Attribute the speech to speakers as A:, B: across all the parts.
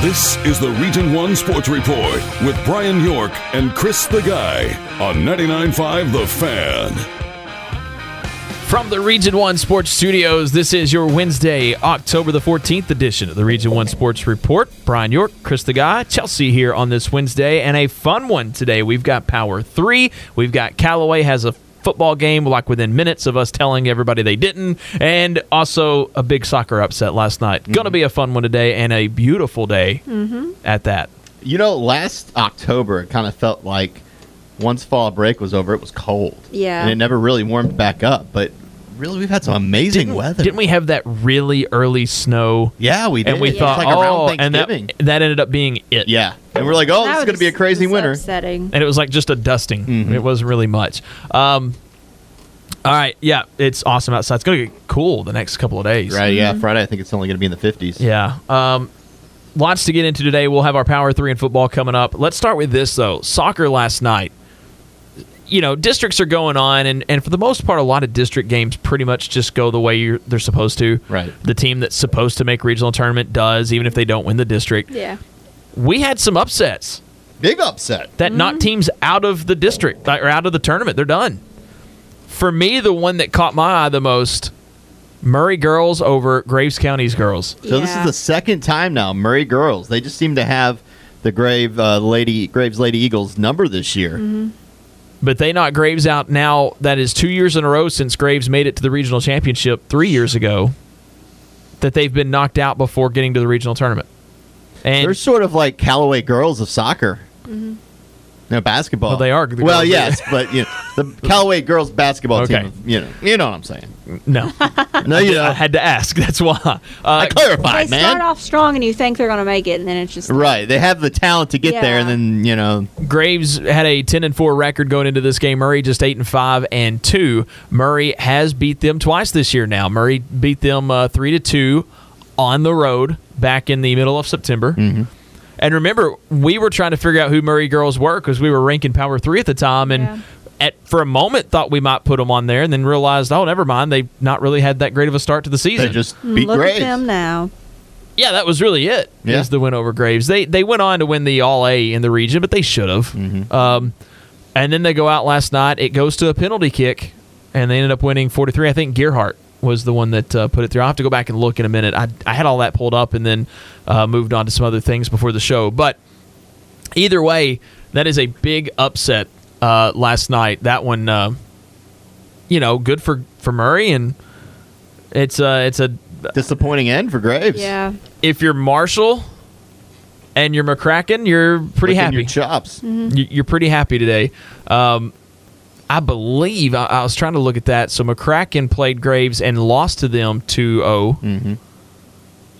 A: This is the Region 1 Sports Report with Brian York and Chris the Guy on 99.5 The Fan.
B: From the Region 1 Sports Studios, this is your Wednesday, October the 14th edition of the Region 1 Sports Report. Brian York, Chris the Guy, Chelsea here on this Wednesday, and a fun one today. We've got Power 3, we've got Callaway has a football game like within minutes of us telling everybody they didn't and also a big soccer upset last night
C: Mm-hmm.
B: gonna be a fun one today and a beautiful day at that
C: You know, last October, it kind of felt like once fall break was over, it was cold.
D: Yeah.
C: And it never really warmed back up. But really, we've had some amazing weather.
B: didn't we have that really early snow
C: Yeah, we did.
B: and we
C: It's
B: thought
C: like
B: oh
C: around
B: and that,
C: Thanksgiving.
B: that ended up being it
C: yeah. And we're like, oh,
D: That
C: it's
D: was
C: going to be a crazy
D: it's
C: winter.
D: Upsetting.
B: and it was like just a dusting.
C: Mm-hmm.
B: It wasn't really much. Um, all right, yeah, it's awesome outside. It's gonna get cool the next couple of days.
C: Right, yeah.
D: Mm-hmm.
C: Friday, I think it's only going to be in the 50s.
B: Yeah. Um, lots to get into today. We'll have our power three in football coming up. Let's start with this though. Soccer last night. You know, districts are going on, and, and for the most part, a lot of district games pretty much just go the way you're, they're supposed to.
C: Right.
B: The team that's supposed to make regional tournament does, even if they don't win the district.
D: Yeah.
B: We had some upsets.
C: Big upset.
B: that knocked teams out of the district like, or out of the tournament. They're done. For me, the one that caught my eye the most, Murray girls over Graves County's girls.
C: So this is
D: Yeah.
C: the second time now, Murray girls. They just seem to have the Grave uh, Lady Graves Lady Eagles number this year.
D: Mm-hmm.
B: But they knocked Graves out now. That is two years in a row since Graves made it to the regional championship three years ago. That they've been knocked out before getting to the regional tournament. And Mm-hmm.
C: They're sort of like Callaway girls of soccer. No basketball.
B: Well, they are the
C: well,
B: girls, yeah.
C: yes, but you know, the Callaway girls basketball
B: Okay.
C: team. You know, you know what I'm saying.
B: no,
C: No, you
B: I
C: know.
B: had to ask. That's why. Uh,
C: I clarified,
D: They start
C: man.
D: off strong and you think they're going to make it, and then it's just.
C: right, they have the talent to get there, and
D: Yeah.
C: then you know,
B: Graves had a 10 and 4 record going into this game. Murray just 8 and 5 and 2. Murray has beat them twice this year now. Murray beat them uh, 3 to 2 on the road back in the middle of September. And remember, we were trying to figure out who Murray girls were because we were ranking Power 3 at the time and at for a moment thought we might put them on there and then realized, "Oh, never mind. They not really had that great of a start to the
C: they
B: season."
C: just beat
D: Hmm, Mm, Look
C: Graves.
D: at them now.
B: yeah, that was really it. Is
C: Yeah.
B: the win over Graves. They they went on to win the All A in the region, but they should have. Um, and then they go out last night. It goes to a penalty kick, and they ended up winning forty three. I think Gearhart was the one that uh, put it through. I will have to go back and look in a minute. I I had all that pulled up and then uh, moved on to some other things before the show, but either way, that is a big upset uh, last night. That one, uh, you know, good for for Murray, and it's uh, it's a
C: Disappointing end for Graves.
D: Yeah.
B: if you're Marshall and you're McCracken, you're pretty
C: Licking
B: happy.
C: Your chops.
B: You- You're pretty happy today. Um, I believe I, I was trying to look at that. So McCracken played Graves and lost to them 2 0.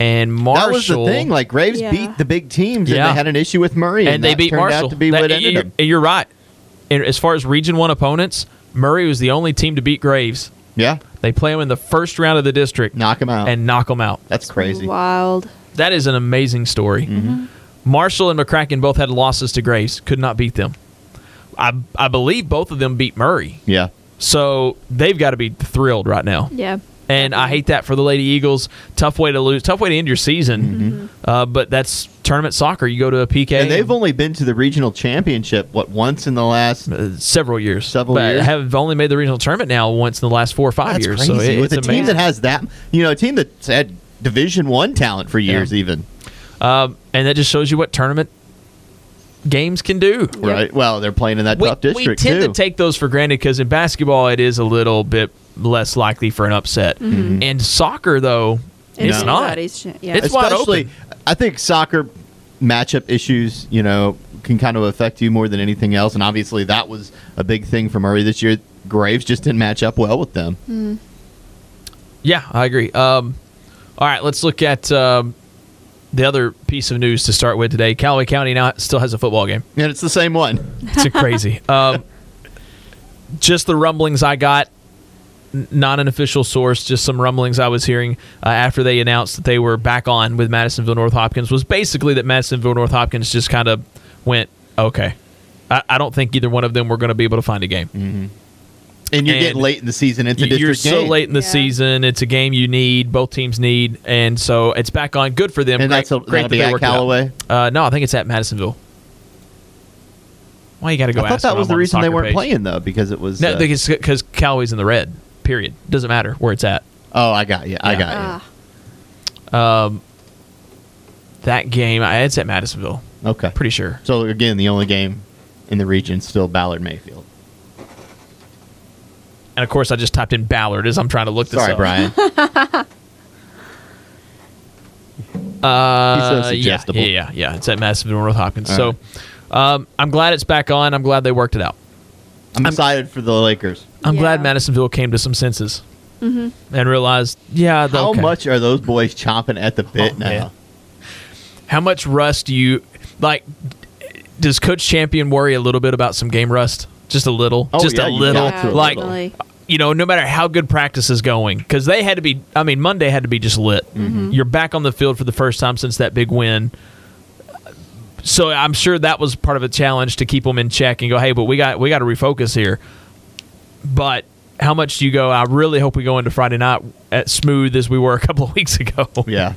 B: And
C: Mm-hmm. That was
B: Marshall.
C: the thing. Like Graves
D: Yeah.
C: beat the big teams,
B: Yeah.
C: and they had an issue with Murray,
B: and,
C: and,
B: they
C: that
B: beat
C: turned
B: Marshall.
C: out to be
B: That- and
C: what ended
B: you're,
C: them.
B: and you're right. And as far as Region 1 opponents, Murray was the only team to beat Graves.
C: Yeah,
B: They play him in the first round of the district
C: knock him out.
B: and knock him out.
C: that's crazy.
D: Wild.
B: That is an amazing story.
C: Mm-hmm.
B: Marshall and McCracken both had losses to Graves, could not beat them. I, I believe both of them beat Murray.
C: Yeah.
B: So they've got to be thrilled right now.
D: Yeah.
B: And I hate that for the Lady Eagles. Tough way to lose, tough way to end your season. Uh, but that's tournament soccer. You go to a PK
C: Mm-hmm. And they've only been to the regional championship what once in the last
B: uh, several years.
C: Several
B: but
C: years.
B: have only made the regional tournament now once in the last four or five
C: That's
B: years.
C: crazy.
B: So it-
C: with
B: it's
C: a team
B: amazing.
C: that has that, you know, a team that's had Division One talent for years, even
B: Um, and that just shows you what tournament games can do.
C: right. Well, they're playing in that
B: we,
C: tough district
B: we tend
C: too.
B: to take those for granted because in basketball it is a little bit less likely for an upset. In soccer, though, it's
D: Mm-hmm. It's
B: not.
D: anybody's sh- yeah.
B: It's wide
C: Especially,
B: open.
C: I think soccer matchup issues, you know, can kind of affect you more than anything else. And obviously, that was a big thing for Murray this year. Graves just didn't match up well with them.
B: Yeah, I agree. Um, all right, let's look at um, the other piece of news to start with today. Callaway County now still has a football game.
C: And it's the same one.
B: It's crazy. um, just the rumblings I got, n- not an official source, just some rumblings I was hearing uh, after they announced that they were back on with Madisonville North Hopkins was basically that Madisonville North Hopkins just kind of went, okay, I, I don't think either one of them were going to be able to find a game.
C: And you're
B: And
C: getting late in Mm-hmm. the season. It's a
B: Y-
C: district
B: You're so
C: game.
B: late in the
D: Yeah.
B: season. It's a game you need. Both teams need, and so it's back on. Good for them.
C: And
B: great,
C: that's a-
B: great
C: that'll
B: that
C: be
B: they
C: at
B: worked it out.
C: Callaway?
B: Uh, no, I think it's at Madisonville. Why you got to go?
C: I thought
B: ask
C: that
B: when
C: was
B: I'm
C: the
B: on
C: reason they
B: soccer
C: weren't
B: page.
C: playing though, because it was.
B: No,
C: uh,
B: because Callaway's in the red. Period. Doesn't matter where it's at.
C: oh, I got you. I
B: Yeah.
C: got
D: Ah,
B: That game, I- it's at Madisonville.
C: you. Okay.
B: Pretty sure.
C: So again, the only game in the region is still Ballard Mayfield.
B: And of course, I just typed in Ballard as I'm trying to look this
C: Sorry,
B: up.
C: Brian.
B: Uh,
C: He's
B: yeah,
C: so suggestible.
B: yeah, yeah, yeah. It's at Madisonville North Hopkins. so, um, I'm glad it's back on. I'm glad they worked it out.
C: I'm excited for the Lakers.
B: I'm glad
D: Yeah.
B: Madisonville came to some senses and realized, yeah, the-
C: How
B: okay.
C: much are those boys chomping at the bit
B: Oh,
C: now?
B: man. How much rust do you like? Does Coach Champion worry a little bit about some game rust? Just a little,
C: Oh,
B: just
C: yeah,
B: a
C: you
B: little,
C: got
D: to a
B: like
D: little.
B: you know, no matter how good practice is going, because they had to be. I mean, Monday had to be just lit.
C: Mm-hmm.
B: You're back on the field for the first time since that big win. So I'm sure that was part of a challenge to keep them in check and go, hey, but we got we got to refocus here. But how much do you go? I really hope we go into Friday night as smooth as we were a couple of weeks ago.
C: Yeah.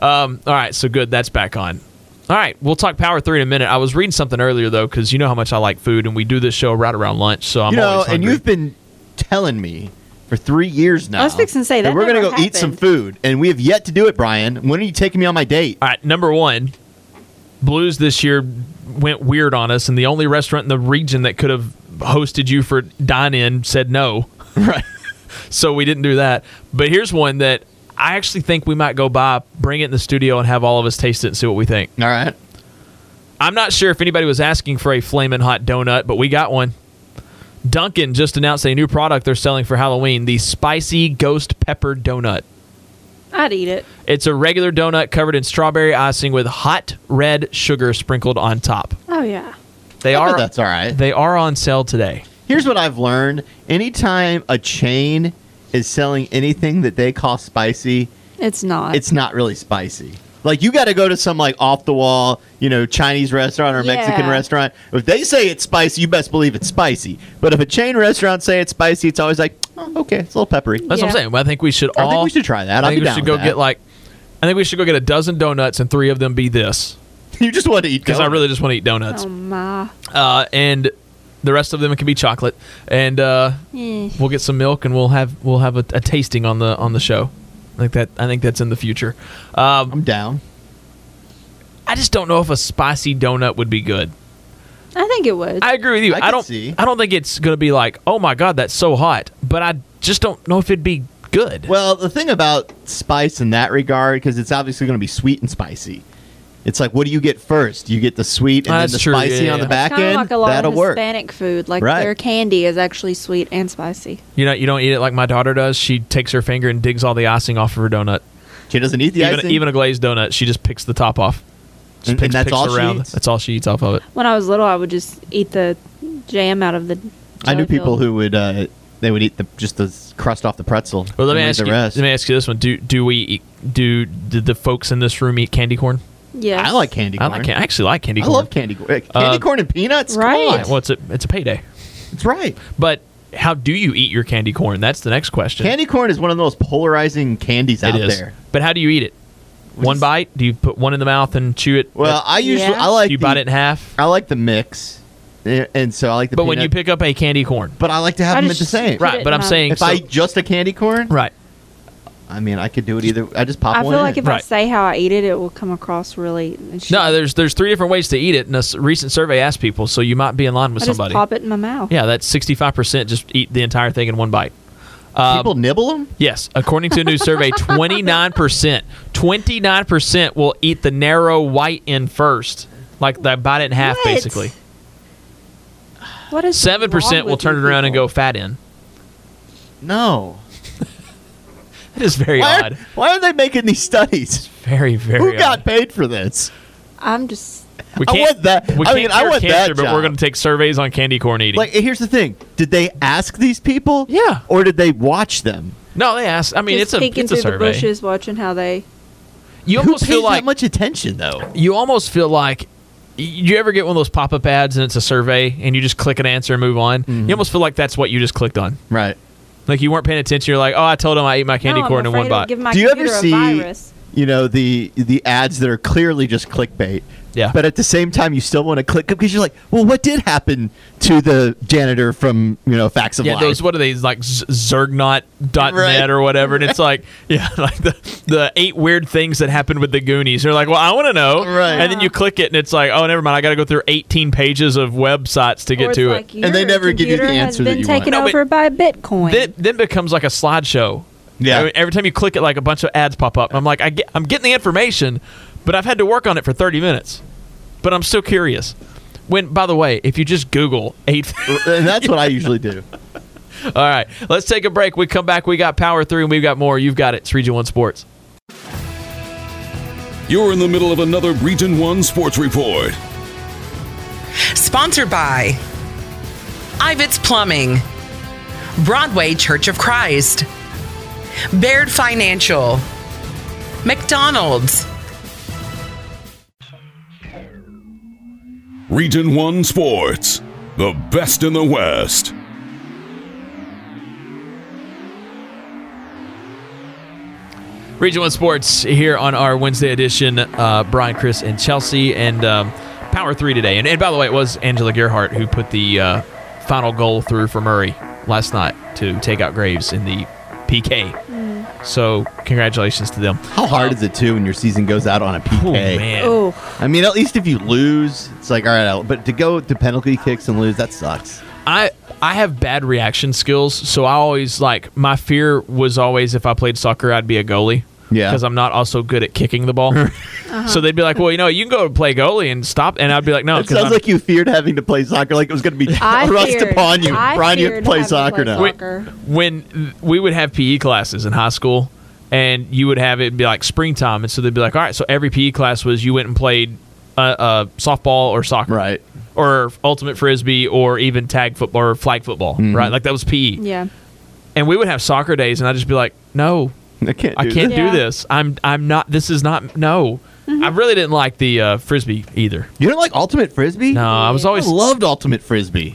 B: All right, so good. That's back on. All right, we'll talk Power Three in a minute. I was reading something earlier though, because you know how much I like food, and we do this show right around lunch. So I'm
C: you know,
B: always
C: and
B: hungry.
C: you've been telling me for three years now.
D: I was fixing to say, that
C: we're gonna go
D: never
C: eat some
D: happened.
C: food, and we have yet to do it, Brian. When are you taking me on my date?
B: All right, number one, Blues this year went weird on us, and the only restaurant in the region that could have hosted you for dine in said no. Right. so we didn't do that. But here's one that I actually think we might go buy, bring it in the studio, and have all of us taste it and see what we think.
C: All right.
B: I'm not sure if anybody was asking for a flaming hot donut, but we got one. Duncan just announced a new product they're selling for Halloween the spicy ghost pepper donut.
D: I'd eat it.
B: It's a regular donut covered in strawberry icing with hot red sugar sprinkled on top.
D: Oh yeah.
B: They
C: I bet
B: are
C: that's all right.
B: They are on sale today.
C: Here's what I've learned: anytime a chain is selling anything that they call spicy,
D: It's not.
C: it's not really spicy. Like you got to go to some like off the wall, you know, Chinese restaurant or Mexican
D: Yeah.
C: restaurant. If they say it's spicy, you best believe it's spicy. But if a chain restaurant say it's spicy, it's always like, "Oh, okay, it's a little peppery.
B: That's what I'm
D: Yeah.
B: saying. Well, I think we should
C: I
B: all.
C: think we should try that.
B: I
C: I'll
B: think
C: be
B: we
C: down
B: should
C: with
B: go
C: that.
B: get like. I think we should go get a dozen donuts and three of them be this
C: You just want to eat
B: because I
C: donuts.
B: really just want to eat donuts.
D: oh my.
B: Uh, and the rest of them can be chocolate. And uh,
D: Eh.
B: we'll get some milk and we'll have we'll have a, a tasting on the on the show. Like that. I think that's in the future. Um,
C: I'm down.
B: I just don't know if a spicy donut would be good.
D: I think it would.
B: I agree with you.
C: I
B: I,
C: can
B: don't.
C: see.
B: I don't think it's going to be like, oh my god, that's so hot. But I just don't know if it'd be good.
C: Well, the thing about spice in that regard, because it's obviously going to be sweet and spicy. It's like, what do you get first? You get the sweet and
B: Ah,
C: then
B: that's
C: the
B: true.
C: spicy
B: Yeah, yeah,
C: on the
B: yeah.
C: back
D: Kind of
C: end.
D: like a lot
C: That'll
D: of
C: work.
D: Hispanic food. Like
C: Right.
D: their candy is actually sweet and spicy.
B: you know, you don't eat it like my daughter does. She takes her finger and digs all the icing off of her donut.
C: She doesn't eat the
B: even
C: icing.
B: even a glazed donut, she just picks the top off. Just
C: And-
B: picks,
C: and that's
B: picks
C: all she
B: around.
C: eats?
B: That's all she eats off of it.
D: When I was little, I would just eat the jam out of the.
C: I knew
D: jelly
C: people
D: filled.
C: who would uh, they would eat the just the crust off the pretzel.
B: Well, let
C: and
B: me
C: leave
B: ask
C: the
B: you.
C: rest.
B: Let me ask you this one: Do do we eat, do did the folks in this room eat candy corn?
D: Yes.
C: I like candy
B: I
C: corn.
B: like. I actually like candy
C: I
B: corn.
C: love candy corn. Candy
B: Uh,
C: corn and peanuts. Come
D: Right.
C: on.
B: Well, it's a it's a payday.
C: That's right.
B: But how do you eat your candy corn? That's the next question.
C: Candy corn is one of the most polarizing candies
B: It
C: out
B: is.
C: there.
B: But how do you eat it? one
C: is-
B: bite? Do you put one in the mouth and chew it?
C: Well, I usually
D: Yeah.
C: I like
B: you
C: the,
B: bite it in half.
C: I like the mix, Eh, and so I like the.
B: But when
C: peanut-
B: you pick up a candy corn,
C: but I like to have
D: I
C: them at
D: just
C: the same.
D: put
B: right?
D: it
B: But
D: in
B: I'm
D: my-
B: saying
C: If
B: so-
C: I eat just a candy corn,
B: right.
C: I mean, I could do it either. I just pop
D: I
C: one.
D: feel like
C: in.
D: if I
B: Right.
D: say how I eat it, it will come across really.
B: No, there's there's three different ways to eat it, and a s- recent survey asked people, so you might be in line with
D: I just
B: somebody.
D: pop it in my mouth.
B: Yeah, that's 65 percent just eat the entire thing in one bite. Um,
C: people nibble them.
B: Yes, according to a new survey, 29 percent, 29 percent will eat the narrow white end first. Like they bite it in half,
D: What?
B: basically.
D: What is
B: Seven percent will turn it around and go fat in.
C: No.
B: That is very
C: Why are,
B: odd.
C: why are they making these studies?
B: Very very.
C: Who got
B: odd.
C: paid for this?
D: I'm just.
B: We
C: I
B: can't,
C: want that-
B: We
C: I
B: can't
C: mean, I
B: cure
C: want that
B: cancer, but we're
C: job.
B: going to take surveys on candy corn eating.
C: Like, here's the thing: did they ask these people?
B: Yeah.
C: Or did they watch them?
B: no, they asked. I mean,
D: just
B: it's a
D: peeking
B: it's a
D: through the
B: survey.
D: bushes, watching how they.
B: You
C: Who
B: almost
C: pays
B: feel like
C: that much attention, though?
B: you almost feel like y- you ever get one of those pop-up ads and it's a survey and you just click an answer and move on
C: Mm-hmm.
B: you almost feel like that's what you just clicked on
C: Right.
B: like you weren't paying attention you're like oh i told him i ate my candy
D: No, I'm
B: corn in
D: afraid
B: one
D: it'll
B: bite
D: Give my
C: Do you ever
D: computer a
C: see,
D: virus.
C: you know, the the ads that are clearly just clickbait?
B: Yeah.
C: But at the same time, you still want to click because you're like, well, what did happen to the janitor from you know Facts of
B: yeah
C: Life?
B: those what are these like Z- zergnot.net
C: Right.
B: or whatever and it's like yeah like the, the eight weird things that happened with the goonies you're like well i want to know
C: Right.
B: and then you click it and it's like oh never mind i gotta go through 18 pages of websites to
D: Or
B: get
D: it's
B: to
D: like
B: it
C: And they
D: your
C: never give you the
D: computer has
C: answer that
D: been
C: you want.
D: taken
B: No, but-
D: over by Bitcoin.
B: then, then becomes like a slideshow.
C: Yeah.
B: I mean, every time you click it, like a bunch of ads pop up. I'm like, I get, I'm getting the information, but I've had to work on it for 30 minutes. But I'm still curious. When, by the way, if you just Google eight.
C: Uh, and that's what I usually do.
B: All right, let's take a break. We come back. We got power through, and we've got more. You've got it. It's Region One Sports.
A: You're in the middle of another Region 1 Sports Report.
E: Sponsored by Ivets Plumbing, Broadway Church of Christ, Baird Financial, McDonald's.
A: Region 1 Sports, the best in the West.
B: Region One Sports here on our Wednesday edition. Uh, Brian, Chris, and Chelsea, and um, Power Three today. And, and by the way, it was Angela Gerhart who put the uh, final goal through for Murray last night to take out Graves in the PK. So congratulations to them.
C: How hard is it too when your season goes out on a PK?
B: Oh man,
D: oh,
C: I mean, at least if you lose, it's like all right, I'll- but to go to penalty kicks and lose, that sucks.
B: I I have bad reaction skills, so I always like my fear was always if I played soccer, I'd be a goalie.
C: Yeah.
B: because I'm not also good at kicking the ball. So they'd be like, "Well, you know, you can go play goalie and stop," and I'd be like, "No,
C: It
B: 'cause
C: sounds
B: I'm-
C: like you feared having to play soccer, like it was going to be
D: I
C: thrust
D: feared-
C: upon you.
D: I
C: Brian, you have
D: feared
C: to play
D: having to play
C: soccer now.
D: soccer.
B: Wait, when th- we would have PE classes in high school, and you would have it be like springtime, and so they'd be like, all right, so every PE class was you went and played uh, uh, softball or soccer,
C: Right.
B: or ultimate frisbee, or even tag football or flag football,
C: Mm-hmm.
B: right? Like that was E. PE,
D: yeah.
B: and we would have soccer days, and I'd just be like, no,
C: I can't.
B: I
C: do
B: can't
C: this.
B: do
D: Yeah.
B: this. I'm I'm not. This is not no. I
C: Mm-hmm.
B: really didn't like the uh, frisbee either.
C: You don't like ultimate frisbee?
B: No, I was always
C: I loved ultimate frisbee.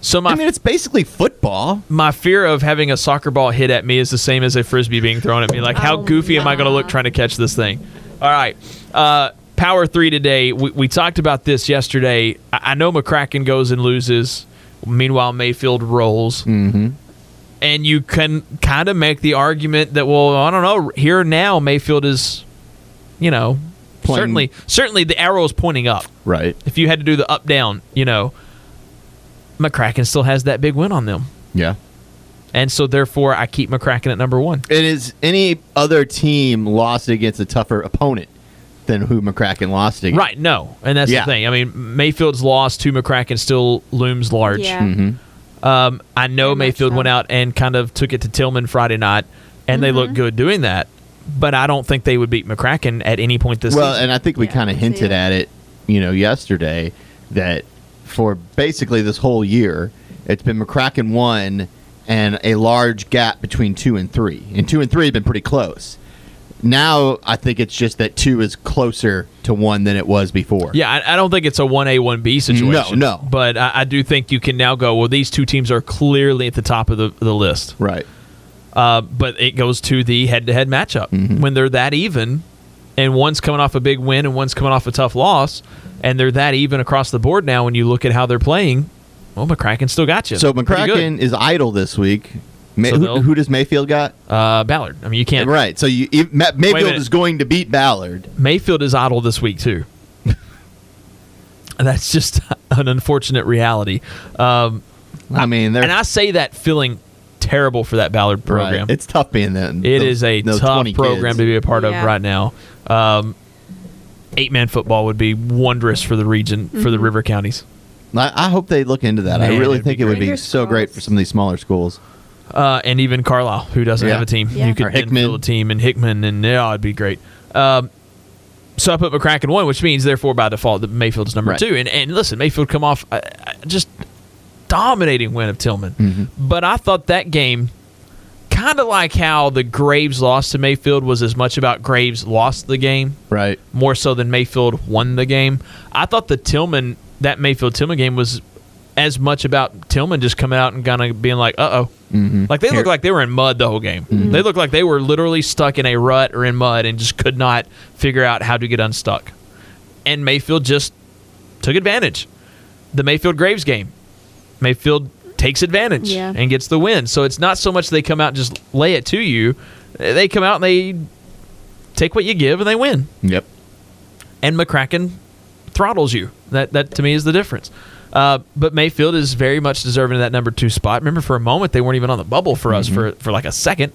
B: so my
C: I mean, it's basically football.
B: my fear of having a soccer ball hit at me is the same as a frisbee being thrown at me. Like, how goofy am I going to look trying to catch this thing? All right. Uh, power three today. We, we talked about this yesterday. I, I know McCracken goes and loses. Meanwhile, Mayfield rolls. Mm-hmm. And you can kind of make the argument that, well, I don't know, here now, Mayfield is, you know,
C: Playing-
B: certainly, certainly the arrow is pointing up
C: Right.
B: if you had to do the up down, you know, McCracken still has that big win on them.
C: Yeah.
B: And so therefore I keep McCracken at number one.
C: And is any other team lost against a tougher opponent than who McCracken lost against?
B: Right, no. And that's
C: Yeah.
B: the thing. I mean, Mayfield's loss to McCracken still looms large.
D: Yeah.
C: Mm-hmm.
B: Um, I know
D: Very much
B: Mayfield
D: so.
B: went out and kind of took it to Tillman Friday night, and they
D: Mm-hmm.
B: looked good doing that. But I don't think they would beat McCracken at any point this
C: Well,
B: season.
C: and I think we
D: Yeah,
C: kind of
D: I see it.
C: hinted at it, you know, yesterday that for basically this whole year, it's been McCracken one and a large gap between two and three. And two and three have been pretty close. Now I think it's just that two is closer to one than it was before.
B: yeah, I, I don't think it's a one A one B situation.
C: No, no.
B: But I, I do think you can now go. Well, these two teams are clearly at the top of the, the list.
C: Right.
B: Uh, but it goes to the head-to-head matchup
C: Mm-hmm.
B: when they're that even, and one's coming off a big win and one's coming off a tough loss, and they're that even across the board now. When you look at how they're playing, well, McCracken still got you.
C: So
B: Pretty good.
C: McCracken is idle this week. Ma-
B: So
C: who,
B: they'll-
C: who does Mayfield got?
B: uh, Ballard. I mean, you can't.
C: Right. So you, if Ma- Mayfield
B: minute.
C: is going to beat Ballard.
B: Mayfield is idle this week too. That's just an unfortunate reality. Um,
C: I mean, they're
B: and I say that feeling terrible for that Ballard
C: right.
B: program.
C: It's tough being then.
B: It is a tough program to be a part
D: Yeah.
B: of right now. Um, eight man football would be wondrous for the region for the river counties.
C: I, I hope they look into that. I
B: Man,
C: really
B: it'd be
C: think it would
D: great.
C: be so great for some of these smaller schools.
B: uh, and even Carlisle, who doesn't
C: Yeah.
B: have a team.
D: Yeah.
B: You could
C: Or
B: then
C: Hickman.
B: build a team and Hickman, and yeah, it'd be great. Um, so I put McCracken one, which means therefore by default that Mayfield's number
C: Right.
B: two. And and listen, Mayfield come off uh, uh, just dominating win of Tillman,
C: Mm-hmm.
B: but I thought that game. Kind of like how the Graves loss to Mayfield was as much about Graves lost the game
C: Right.
B: more so than Mayfield won the game. I thought the Tillman that Mayfield Tillman game was as much about Tillman just coming out and kind of being like, "Uh oh," like they looked like they were in mud the whole game. They looked like they were literally stuck in a rut or in mud and just could not figure out how to get unstuck. And Mayfield just took advantage. The Mayfield Graves game, Mayfield takes advantage
D: Yeah.
B: and gets the win. So it's not so much they come out and just lay it to you; they come out and they take what you give and they win
C: Yep.
B: and McCracken throttles you. That that to me is the difference. Uh, but Mayfield is very much deserving of that number two spot. Remember, for a moment they weren't even on the bubble for us for for like a second,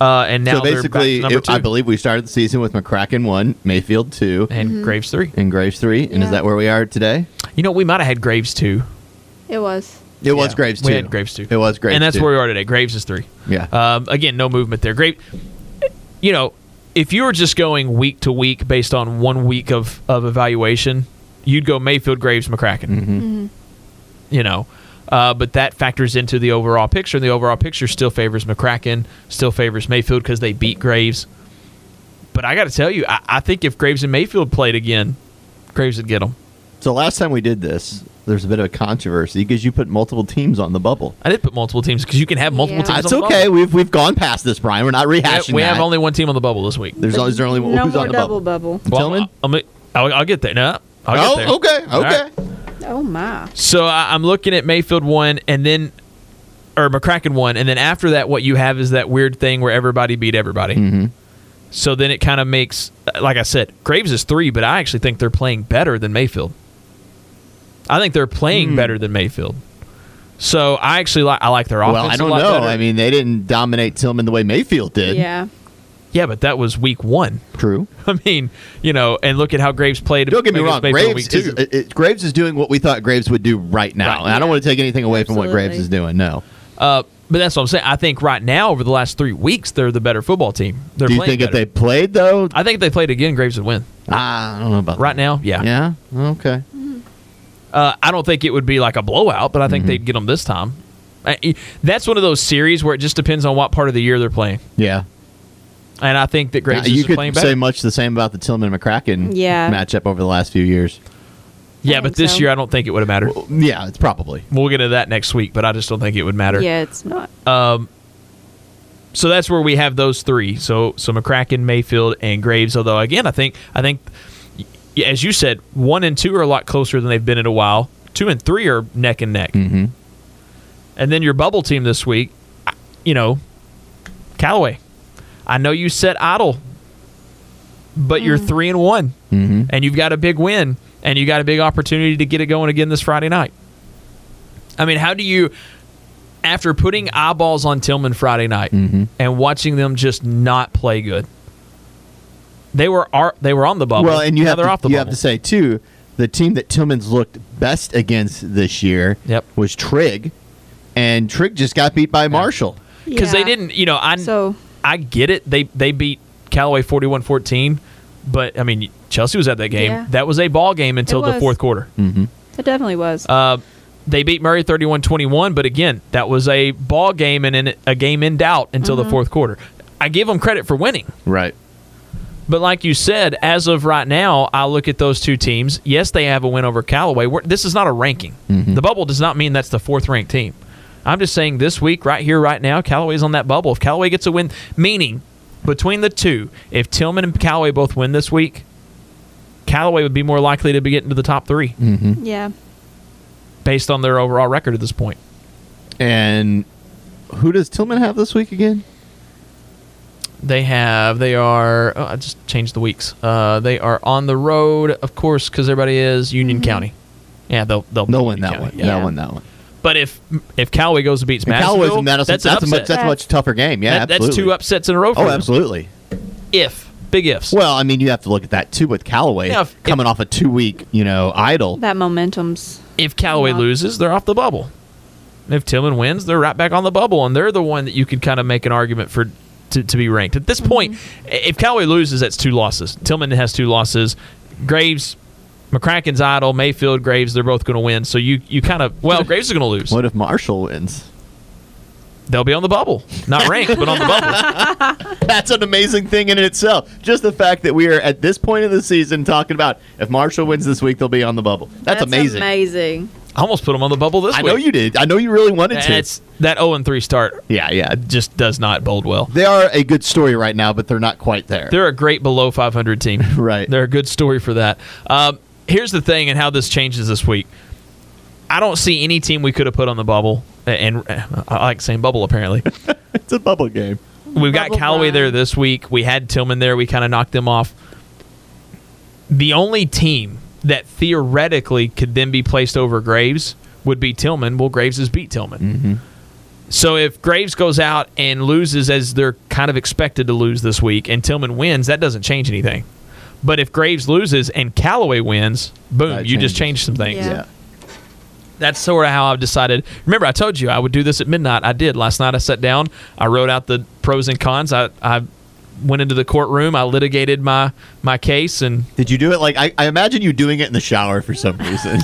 B: uh, and now
C: so
B: they're back to
C: basically,
B: number
C: it-
B: two
C: I believe we started the season with McCracken one, Mayfield two, and,
B: and Graves three.
C: Graves three. And is
D: Yeah.
C: that where we are today?
B: You know, we might have had Graves two.
D: It was.
C: It was
B: Yeah.
C: Graves two.
B: We had Graves two.
C: It was Graves
B: and that's
C: two.
B: where we are today. Graves is three.
C: Yeah.
B: Um, again, no movement there. Graves, you know, if you were just going week to week based on one week of of evaluation, you'd go Mayfield, Graves, McCracken.
C: Mm-hmm.
B: You know. Uh, but that factors into the overall picture, and the overall picture still favors McCracken, still favors Mayfield because they beat Graves. But I got to tell you, I, I think if Graves and Mayfield played again, Graves would get them.
C: So last time we did this, there's a bit of a controversy because you put multiple teams on the bubble.
B: I did put multiple teams because you can have multiple
D: Yeah.
B: teams.
C: That's
B: on the
C: okay.
B: bubble.
C: We've we've gone past this, Brian. We're not rehashing.
B: We have
C: that.
B: only one team on the bubble this week.
C: There's always there's only
D: No
C: who's
D: more
C: on the
D: double
C: bubble.
D: bubble.
C: Tillman?
B: I'm, I'm- I'll, I'll get there. No, I'll
C: oh,
B: get there.
C: okay,
B: All right.
C: okay.
D: Oh my.
B: So I, I'm looking at Mayfield one, and then or McCracken one, and then after that, what you have is that weird thing where everybody beat everybody.
C: Mm-hmm.
B: So then it kind of makes, like I said, Graves is three, but I actually think they're playing better than Mayfield. I think they're
C: Hmm.
B: playing better than Mayfield. So I actually like I like their offense.
C: Well, I
B: a
C: don't
B: lot
C: know.
B: better.
C: I mean, they didn't dominate Tillman the way Mayfield did.
D: Yeah.
B: yeah, but that was week one.
C: true.
B: I mean, you know, and look at how Graves played.
C: Don't get me
B: against
C: wrong.
B: Mayfield in
C: Graves is,
B: two.
C: it- it- Graves is doing what we thought Graves would do right now,
B: Right.
C: and I don't want to take anything away from what Graves
D: Absolutely.
C: is doing. No.
B: Uh, but that's what I'm saying. I think right now, over the last three weeks, they're the better football team. They're
C: do you
B: playing
C: think if
B: better.
C: they played though?
B: I think if they played again, Graves would win.
C: Ah, I don't know about
B: Right
C: that.
B: now, yeah.
C: Yeah. Okay.
B: Uh, I don't think it would be like a blowout, but I
C: Mm-hmm.
B: think they'd get them this time. I- e- That's one of those series where it just depends on what part of the year they're playing.
C: Yeah.
B: And I think that Graves
C: Now, you
B: is
C: could
B: playing better.
C: say much the same about the Tillman McCracken
D: Yeah.
C: matchup over the last few years.
B: yeah,
D: I
B: but
D: think
B: this
D: so.
B: year I don't think it would have mattered.
C: Yeah, it's probably.
B: We'll get into that next week, but I just don't think it would matter.
D: Yeah, it's not.
B: so that's where we have those three. So so McCracken, Mayfield, and Graves. Although again, I think I think y- as you said, one and two are a lot closer than they've been in a while. Two and three are neck and neck. Mm-hmm. And then your bubble team this week, I- you know, Callaway. I know you said idle, but
D: Mm.
B: you're three and one, mm-hmm. and you've got a big win, and you got a big opportunity to get it going again this Friday night. I mean, how do you? after putting eyeballs on Tillman Friday night
C: Mm-hmm.
B: and watching them just not play good, they were are, they were on the bubble.
C: Well, and you
B: now
C: have
B: they're
C: to,
B: off the
C: you
B: bubble.
C: have to say too, the team that Tillman's looked best against this year
B: Yep.
C: was Trig, and Trig just got beat by Marshall.
B: because
D: Yeah.
B: they didn't. You know, I
D: So-
B: I get it. They they beat Callaway 41-14, but I mean Chelsea was at that game.
D: Yeah.
B: That was a ball game until the
D: was.
B: fourth quarter.
D: It definitely was.
B: Uh, they beat Murray 31-21, but again, that was a ball game and in, a game in doubt until
D: Mm-hmm.
B: the fourth quarter. I give them credit for winning.
C: Right.
B: But like you said, as of right now, I look at those two teams. Yes, they have a win over Callaway. We're, this is not a ranking. The bubble does not mean that's the fourth ranked team. I'm just saying this week, right here, right now, Callaway's on that bubble. If Callaway gets a win, meaning between the two, if Tillman and Callaway both win this week, Callaway would be more likely to be getting to the top 3
D: yeah.
B: based on their overall record at this point.
C: And who does Tillman have this week again?
B: They have. They are. Oh, I just changed the weeks. Uh, they are on the road, of course, because everybody is Union County. Yeah, they'll they'll
C: Mm-hmm. No
B: beat
C: one
B: Union
C: that
B: County.
C: one.
B: Yeah.
C: That one. That one.
B: But if if Callaway goes and beats
C: And
B: Madisonville,
C: Callaway's in Madison.
B: that's
C: That's,
B: an
C: a much.
B: upset.
C: That's a much tougher game. Yeah. Oh,
B: That- that's
C: absolutely.
B: two upsets in a row. For
C: Oh,
B: them.
C: absolutely.
B: If Big ifs.
C: Well, I mean, you have to look at that too with Callaway
B: Yeah, if-
C: coming off a two week, you know, idle.
D: That momentum's
B: if Callaway
D: Yeah.
B: loses, they're off the bubble. And If Tillman wins, they're right back on the bubble, and they're the one that you could kind of make an argument for to, to be ranked. At this point, i- if Callaway loses, that's two losses. Tillman has two losses. Graves, McCracken's idle, Mayfield, Graves, they're both going to win. So you, you kind of, well, Graves is going to lose.
C: What if Marshall wins?
B: They'll be on the bubble. Not ranked, but on the bubble.
C: That's an amazing thing in itself. Just the fact that we are at this point of the season talking about if Marshall wins this week, they'll be on the bubble. That's, amazing.
D: Amazing.
B: I almost put them on the bubble this
C: I
B: week.
C: know you did. I know you really wanted
B: And
C: to.
B: it's, that 0 and 3 start
C: yeah, yeah.
B: just does not bode well.
C: They are a good story right now, but they're not quite there.
B: They're a great below 500 team.
C: Right.
B: They're a good story for that. Um, here's the thing and how this changes this week. I don't see any team we could have put on the bubble. a- And uh, I like saying bubble, apparently.
C: it's a bubble game.
B: We've got
D: Bubble
B: Callaway
D: run.
B: there this week. We had Tillman there. We kind of knocked them off. The only team that theoretically could then be placed over Graves would be Tillman. Well, Graves has beat Tillman.
C: Mm-hmm.
B: So if Graves goes out and loses as they're kind of expected to lose this week, and Tillman wins, that doesn't change anything. But if Graves loses and Callaway wins, boom,
C: That
B: you just change
C: changes.
B: some things.
D: Yeah.
C: Yeah.
B: That's sort of how I've decided. Remember, I told you I would do this at midnight. I did last night. I sat down. I wrote out the pros and cons. I, I went into the courtroom. I litigated my my case, and
C: Did you do it like I, I imagine you doing it in the shower for some reason?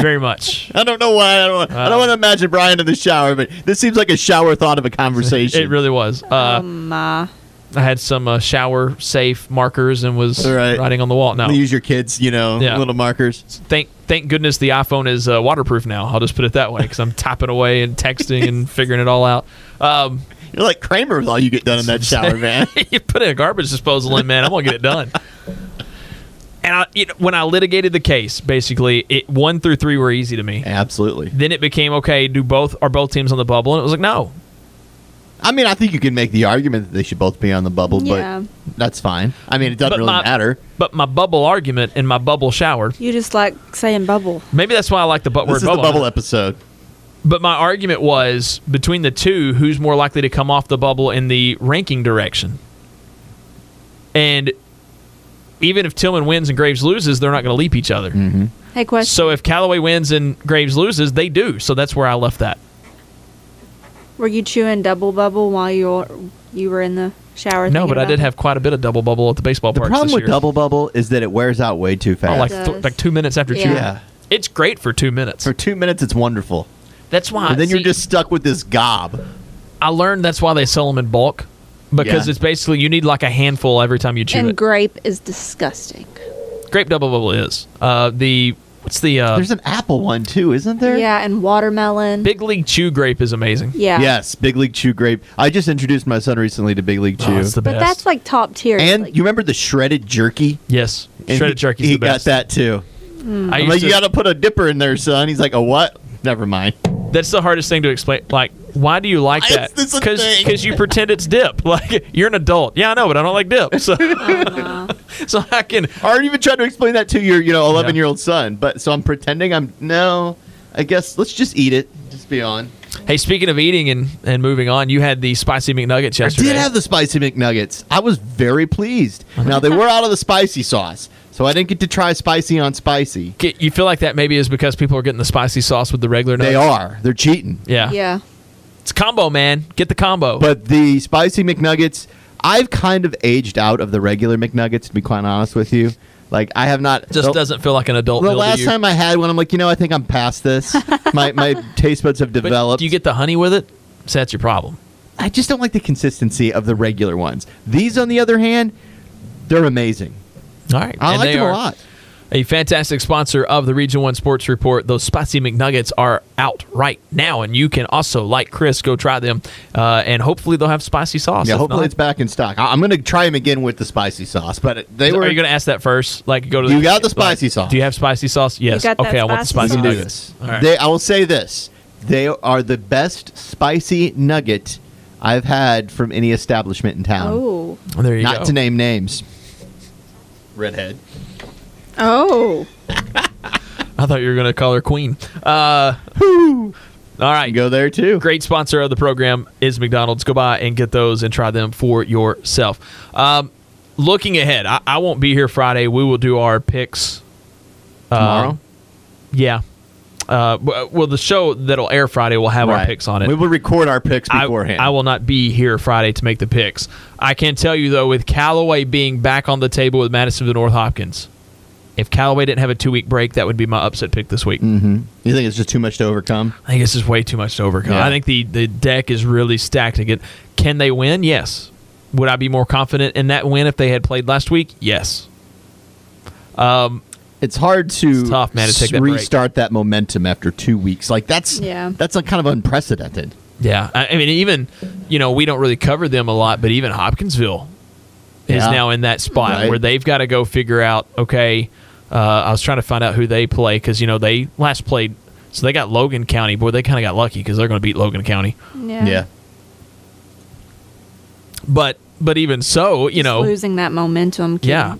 B: very much.
C: I don't know why. I don't, want-
B: Uh.
C: I don't want to imagine Brian in the shower, but this seems like a shower thought of a conversation.
B: It really was. Uh,
D: Ma.
B: I had some uh, shower safe markers and was
C: Right.
B: writing on the wall. No,
C: They use your kids, you know,
B: Yeah.
C: little markers.
B: thank thank goodness the iPhone is uh, waterproof now. I'll just put it that way because I'm typing away and texting and figuring it all out. Um,
C: You're like Kramer with all you get done in that shower, man.
B: you put in a garbage disposal in, man. I'm gonna get it done. And I, you know, when I litigated the case, basically, it one through three were easy to me.
C: Absolutely.
B: Then it became okay. Do both are both teams on the bubble? And it was like no.
C: I mean, I think you can make the argument that they should both be on the bubble,
D: Yeah.
C: but that's fine. I mean, it doesn't really
B: my,
C: matter.
B: But my bubble argument and my bubble shower.
D: You just like saying bubble.
B: Maybe that's why I like the but
C: This
B: word
C: is the
B: bubble.
C: bubble episode.
B: But my argument was between the two, who's more likely to come off the bubble in the ranking direction? And even if Tillman wins and Graves loses, they're not going to leap each other.
D: Hey, question.
B: So if Callaway wins and Graves loses, they do. So that's where I left that.
D: were you chewing double bubble while you were, you were in the shower?
B: No,
D: thinking
B: but I
D: about
B: did
D: it?
B: have quite a bit of double bubble at the baseball
C: The
B: parks
C: problem
B: this
C: with
B: year.
C: double bubble is that it wears out way too
B: Oh,
C: fast.
B: like
D: It
B: th-
D: does.
B: like two minutes after
D: Yeah.
B: two.
C: yeah.
B: It's great for two minutes.
C: For two minutes, it's wonderful.
B: that's why.
C: And then you're
B: Uh, see,
C: just stuck with this gob.
B: I learned that's why they sell them in bulk because
C: Yeah.
B: it's basically you need like a handful every time you chew
D: And
B: it.
D: grape is disgusting.
B: grape double bubble is uh, the what's the uh,
C: There's an apple one too, isn't there?
D: Yeah, and watermelon.
B: big league chew grape is amazing.
D: yeah.
C: Yes, Big League Chew grape. I just introduced my son recently to Big League Chew.
B: Oh, it's the
D: But
B: best.
D: that's like top tier.
C: and
D: Like,
C: you remember the shredded jerky?
B: yes,
C: And
B: shredded
C: he-
B: jerky's
C: He
B: the best.
C: got that too.
D: Mm.
B: I
C: I'm
B: used
C: like, you
B: to-
C: got to put a dipper in there, son. He's like, a what? Never mind.
B: that's the hardest thing to explain. Like, why do you like
C: Why
B: that?
C: is this a thing?
B: because you pretend it's dip. Like you're an adult. Yeah, I know, but I don't like dip. So, so I can.
C: I even tried to explain that to your, you know, 11 year old son. But so I'm pretending I'm no. I guess let's just eat it. Just be on.
B: Hey, speaking of eating and and moving on, you had the spicy McNuggets
C: I
B: yesterday.
C: did have the spicy McNuggets. I was very pleased. Now they were out of the spicy sauce, so I didn't get to try spicy on spicy.
B: Get- you feel like that maybe is because people are getting the spicy sauce with the regular nuts.
C: They are. They're cheating.
B: Yeah.
D: yeah.
B: It's combo, man. Get the combo.
C: But the spicy McNuggets, I've kind of aged out of the regular McNuggets. To be quite honest with you, like I have not
B: just
C: the-
B: doesn't feel like an adult
C: The
B: meal to
C: last
B: you.
C: time I had one, I'm like, you know, I think I'm past this. my my taste buds have
B: But
C: developed.
B: Do you get the honey with it? So that's your problem.
C: I just don't like the consistency of the regular ones. These, on the other hand, they're amazing.
B: All right.
C: I
B: And
C: like
B: they
C: them
B: are
C: a lot.
B: A fantastic sponsor of the Region 1 Sports Report. Those spicy McNuggets are out right now, and you can also, like Chris, go try them, uh, and hopefully they'll have spicy sauce.
C: Yeah,
B: If
C: hopefully
B: not-
C: it's back in stock. I- I'm going to try them again with the spicy sauce, but they were.
B: Are you going to ask that first? Like, go to
C: You got the spicy
B: like,
C: sauce.
B: Do you have spicy sauce? Yes.
F: got that
B: okay, I want the
C: You
B: spicy
F: spicy
C: can do
B: nuggets.
C: this.
B: All right.
C: They, I will say this: they are the best spicy nugget I've had from any establishment in
B: Um,
C: town.
D: Oh.
B: there you
C: Not
B: go.
C: to name names. Redhead.
D: Oh.
B: I thought you were going to call her queen. Uh, All right.
C: Go there too.
B: Great sponsor of the program is McDonald's. Go by and get those and try them for yourself. Um, looking ahead, I, I won't be here Friday. We will do our picks uh,
C: Tomorrow?
B: yeah. Uh, w- well, the show that'll air Friday will have our
C: Right.
B: picks on it.
C: We will record our picks
B: I-
C: beforehand.
B: I, will not be here Friday to make the picks. I can tell you though, with Callaway being back on the table with Madison to North Hopkins, if Callaway didn't have a two week break, that would be my upset pick this week.
C: You think it's just too much to overcome?
B: I think this is way too much to overcome.
C: Yeah.
B: I think the, the deck is really stacked again. Can they win? Yes. Would I be more confident in that win if they had played last week? Yes.
C: It's hard to
B: It's tough, man, to take that break.
C: restart that momentum after two weeks. Like that's
D: Yeah.
C: that's like kind of unprecedented.
B: Yeah. I, I mean, even, you know, we don't really cover them a lot, but even Hopkinsville is
C: Yeah.
B: now in that spot
C: Right.
B: where they've got to go figure out, okay, uh, I was trying to find out who they play because, you know, they last played, so they got Logan County. Boy, they kind of got lucky because they're going to beat Logan County.
D: Yeah.
B: But, but even so, you
D: Just
B: know,
D: losing that momentum. Can
B: Yeah,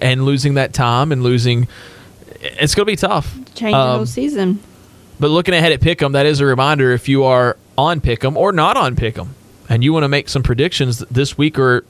B: and losing that time and losing, it's going to be tough.
D: Change the
B: Um,
D: whole season.
B: But looking ahead at Pick'em, that is a reminder if you are on Pick'em or not on Pick'em, and you want to make some predictions this week or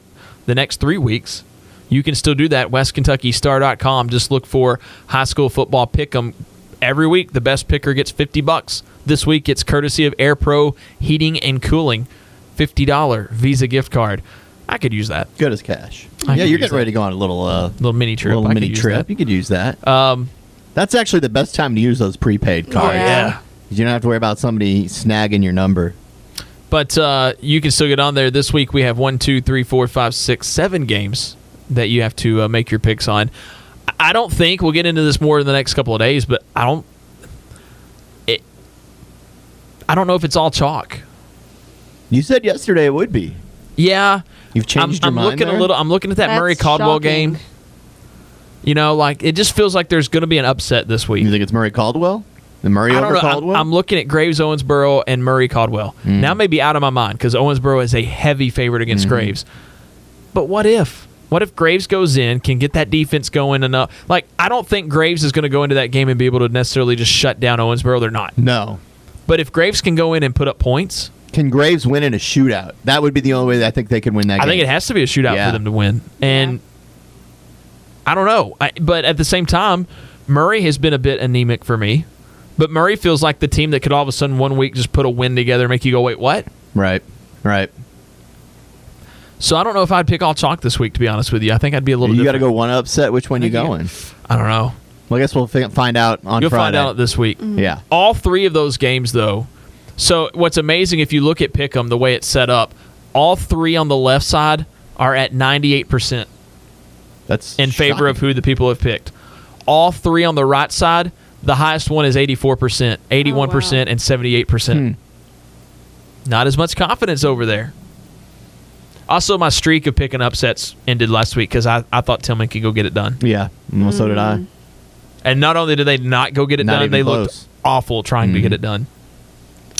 B: the next three weeks, you can still do that. WestKentuckyStar.com. Just look for high school football Pick'em every week. The best picker gets fifty bucks. This week it's courtesy of Air Pro Heating and Cooling, fifty dollar Visa gift card. I could use that
C: Good as cash.
B: I
C: yeah,
B: could use
C: you're getting ready to go on a little uh,
B: little mini trip.
C: little
B: I
C: mini
B: could use
C: trip.
B: that.
C: You could use that.
B: Um,
C: that's actually the best time to use those prepaid cards.
D: yeah.
C: You don't have to worry about somebody snagging your number.
B: But uh, you can still get on there. This week we have one, two, three, four, five, six, seven games that you have to uh, make your picks on. I- I don't think we'll get into this more in the next couple of days, but I don't. It. I don't know if it's all chalk.
C: You said yesterday it would be.
B: Yeah,
C: You've changed
B: I'm,
C: your
B: I'm
C: mind
B: looking
C: there?
B: a little. I'm looking at that
D: That's
B: Murray Caldwell
D: shocking.
B: game. You know, like it just feels like there's going to be an upset this week.
C: You think it's Murray Caldwell? The Murray
B: I
C: over
B: don't know. I'm,
C: Caldwell? Hmm.
B: I'm looking at Graves, Owensboro, and Murray Caldwell. Now maybe out of my mind because Owensboro is a heavy favorite against Graves. But what if? What if Graves goes in, can get that defense going enough? Like I don't think Graves is going to go into that game and be able to necessarily just shut down Owensboro. They're not.
C: no.
B: But if Graves can go in and put up points,
C: Can Graves win in a shootout? That would be the only way that I think they could win that
B: I
C: game.
B: think it has to be a shootout
C: Yeah.
B: for them to win. And I don't know. I, but at the same time, Murray has been a bit anemic for me. But Murray feels like the team that could all of a sudden one week just put a win together and make you go, wait, what?
C: Right. Right.
B: So I don't know if I'd pick all chalk this week, to be honest with you. I think I'd be a little.
C: You got to
B: different.
C: go one upset. Which one you going?
B: I don't know.
C: Well, I guess we'll fi- find out on
B: You'll find
C: Friday.
B: out this week.
C: Yeah.
B: All three of those games, though. So what's amazing if you look at Pick'em the way it's set up, all three on the left side are at ninety-eight percent
C: That's
B: in favor of
C: shocking.
B: who the people have picked. All three on the right side, the highest one is eighty-four
C: Oh,
B: percent, eighty-one percent, and seventy-eight percent.
C: Hmm.
B: Not as much confidence over there. Also, my streak of picking upsets ended last week because I, I thought Tillman could go get it done.
C: Yeah. Well, so did I.
B: And not only did they not go get it
C: Not
B: done,
C: even
B: they
C: close. Hmm.
B: looked awful trying to get it done.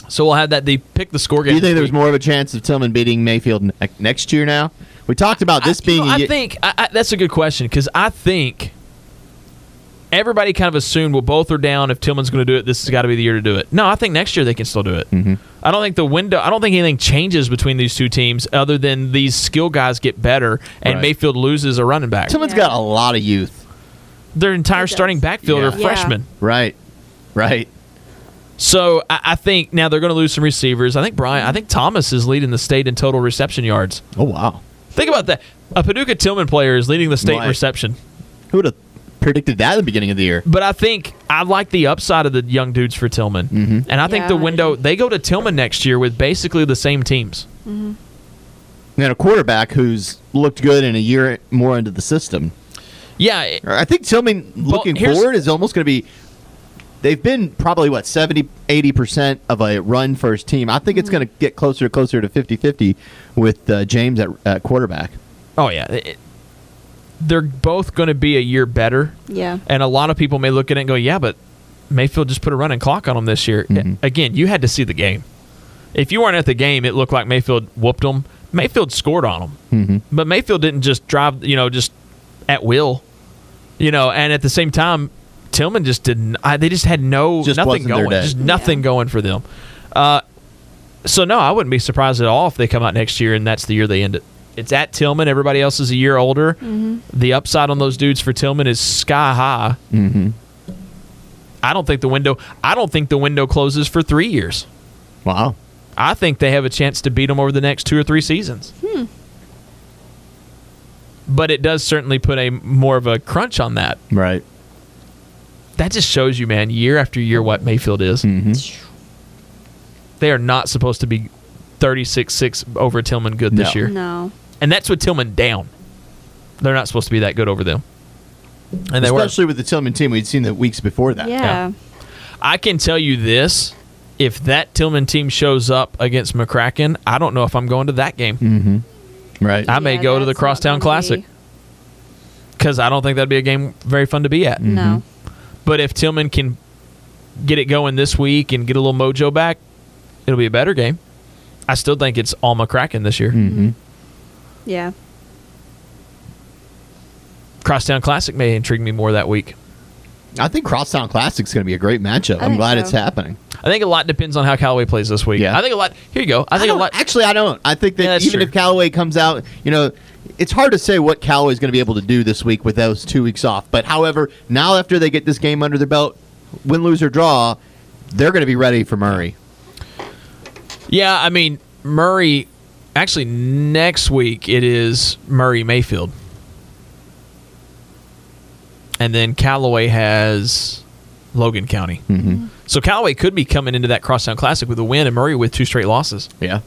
B: So we'll have that. They pick the score
C: Do
B: game.
C: you think
B: this
C: there's
B: week.
C: more of a chance of Tillman beating Mayfield ne- next year? Now we talked about
B: I,
C: this
B: you
C: being.
B: know,
C: a
B: I
C: ye-
B: think I, I, that's a good question because I think everybody kind of assumed well both are down if Tillman's going to do it. This has got to be the year to do it. No, I think next year they can still do it.
C: Mm-hmm.
B: I don't think the window. I don't think anything changes between these two teams other than these skill guys get better and
C: Right.
B: Mayfield loses a running back.
C: Tillman's
D: Yeah.
C: got a lot of youth.
B: Their entire starting backfield
C: Yeah.
B: are
D: Yeah.
B: freshmen.
C: Right. Right.
B: So I, I think now they're going to lose some receivers. I think Brian. I think Thomas is leading the state in total reception yards.
C: Oh wow.
B: Think about that. A Paducah Tillman player is leading the state in
C: Right.
B: reception.
C: Who would have predicted that at the beginning of the year?
B: But I think I like the upside of the young dudes for Tillman, and I think
D: Yeah,
B: the
D: I do.
B: window they go to Tillman next year with basically the same teams.
C: And a quarterback who's looked good in a year more into the system.
B: Yeah, it-
C: I think Tillman looking
B: here's-
C: forward is almost going to be. They've been probably, what, 70, 80% of a run first team. I think it's going to get closer and closer to 50 50 with uh, James at, at quarterback.
B: oh yeah, It- it- they're both going to be a year better.
D: Yeah.
B: And a lot of people may look at it and go, yeah, but Mayfield just put a running clock on him this year. Again, you had to see the game. If you weren't at the game, it looked like Mayfield whooped him. Mayfield scored on him. But Mayfield didn't just drive, you know, just at will. You know, and at the same time, Tillman just didn't. I, they just had no
C: Just
B: nothing
C: wasn't their
B: going.
C: day.
B: Just nothing going for them. Uh, So no, I wouldn't be surprised at all if they come out next year and that's the year they end it. It's at Tillman. Everybody else is a year older. The upside on those dudes for Tillman is sky high. Mm-hmm. I don't think the window. I don't think the window closes for three years.
C: Wow.
B: I think they have a chance to beat them over the next two or three seasons. But it does certainly put a more of a crunch on that.
C: Right.
B: That just shows you, man, year after year what Mayfield is.
C: Mm-hmm.
B: They are not supposed to be 36-6 over Tillman good this
C: No.
B: year.
D: No.
B: And that's with Tillman down. They're not supposed to be that good over them. And they
C: Especially with the Tillman team, we'd seen the weeks before that.
D: Yeah.
B: were. I can tell you this. If that Tillman team shows up against McCracken, I don't know if I'm going to that game.
C: Right.
B: I may
D: Yeah,
B: go to the
D: that's not
B: Crosstown
D: gonna be-
B: Classic because I don't think that'd be a game very fun to be at.
D: No.
B: Mm-hmm. But if Tillman can get it going this week and get a little mojo back, it'll be a better game. I still think it's all McCracken this year.
C: Mm.
D: Yeah.
B: Crosstown Classic may intrigue me more that week.
C: I think Crosstown Classic's going to be a great matchup.
D: I
C: I'm
D: think
C: glad
D: so.
C: it's happening.
B: I think a lot depends on how Callaway plays this week.
C: Yeah.
B: I think a lot. Here you go. I
C: I
B: think a
C: don't-
B: lot.
C: Actually, I don't. I think that
B: Yeah, that's
C: even
B: true.
C: if Callaway comes out, you know, it's hard to say what Callaway's going to be able to do this week with those two weeks off. But however, now after they get this game under their belt, win, lose, or draw, they're going to be ready for Murray.
B: Yeah, I mean Murray. Actually, next week it is Murray Mayfield, and then Callaway has Logan County. Mm-hmm. So Callaway could be coming into that Crosstown Classic with a win, and Murray with two straight losses.
C: Yeah.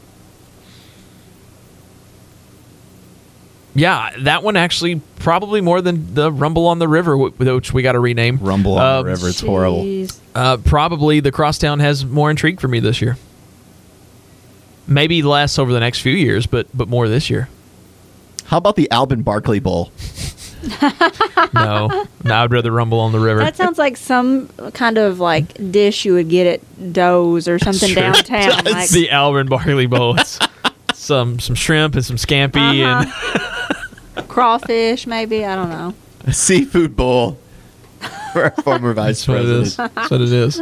B: Yeah, that one actually probably more than the Rumble on the River, wh- which we got to rename.
C: Rumble on
B: Um,
C: the river. It's horrible.
D: Jeez.
B: Uh, probably the Crosstown has more intrigue for me this year. Maybe less over the next few years, but but more this year.
C: How about the Alvin Barkley Bowl?
B: No, no, I'd rather rumble on the river.
D: That sounds like some kind of like dish you would get at Doe's or something
B: true.
D: downtown. Like,
B: the Alvin Barley Bowl. It's some some shrimp and some scampi
D: Uh-huh.
B: and
D: crawfish, maybe. I don't know.
C: A seafood bowl for our former vice
B: that's what it is.
C: president.
B: That's what it is.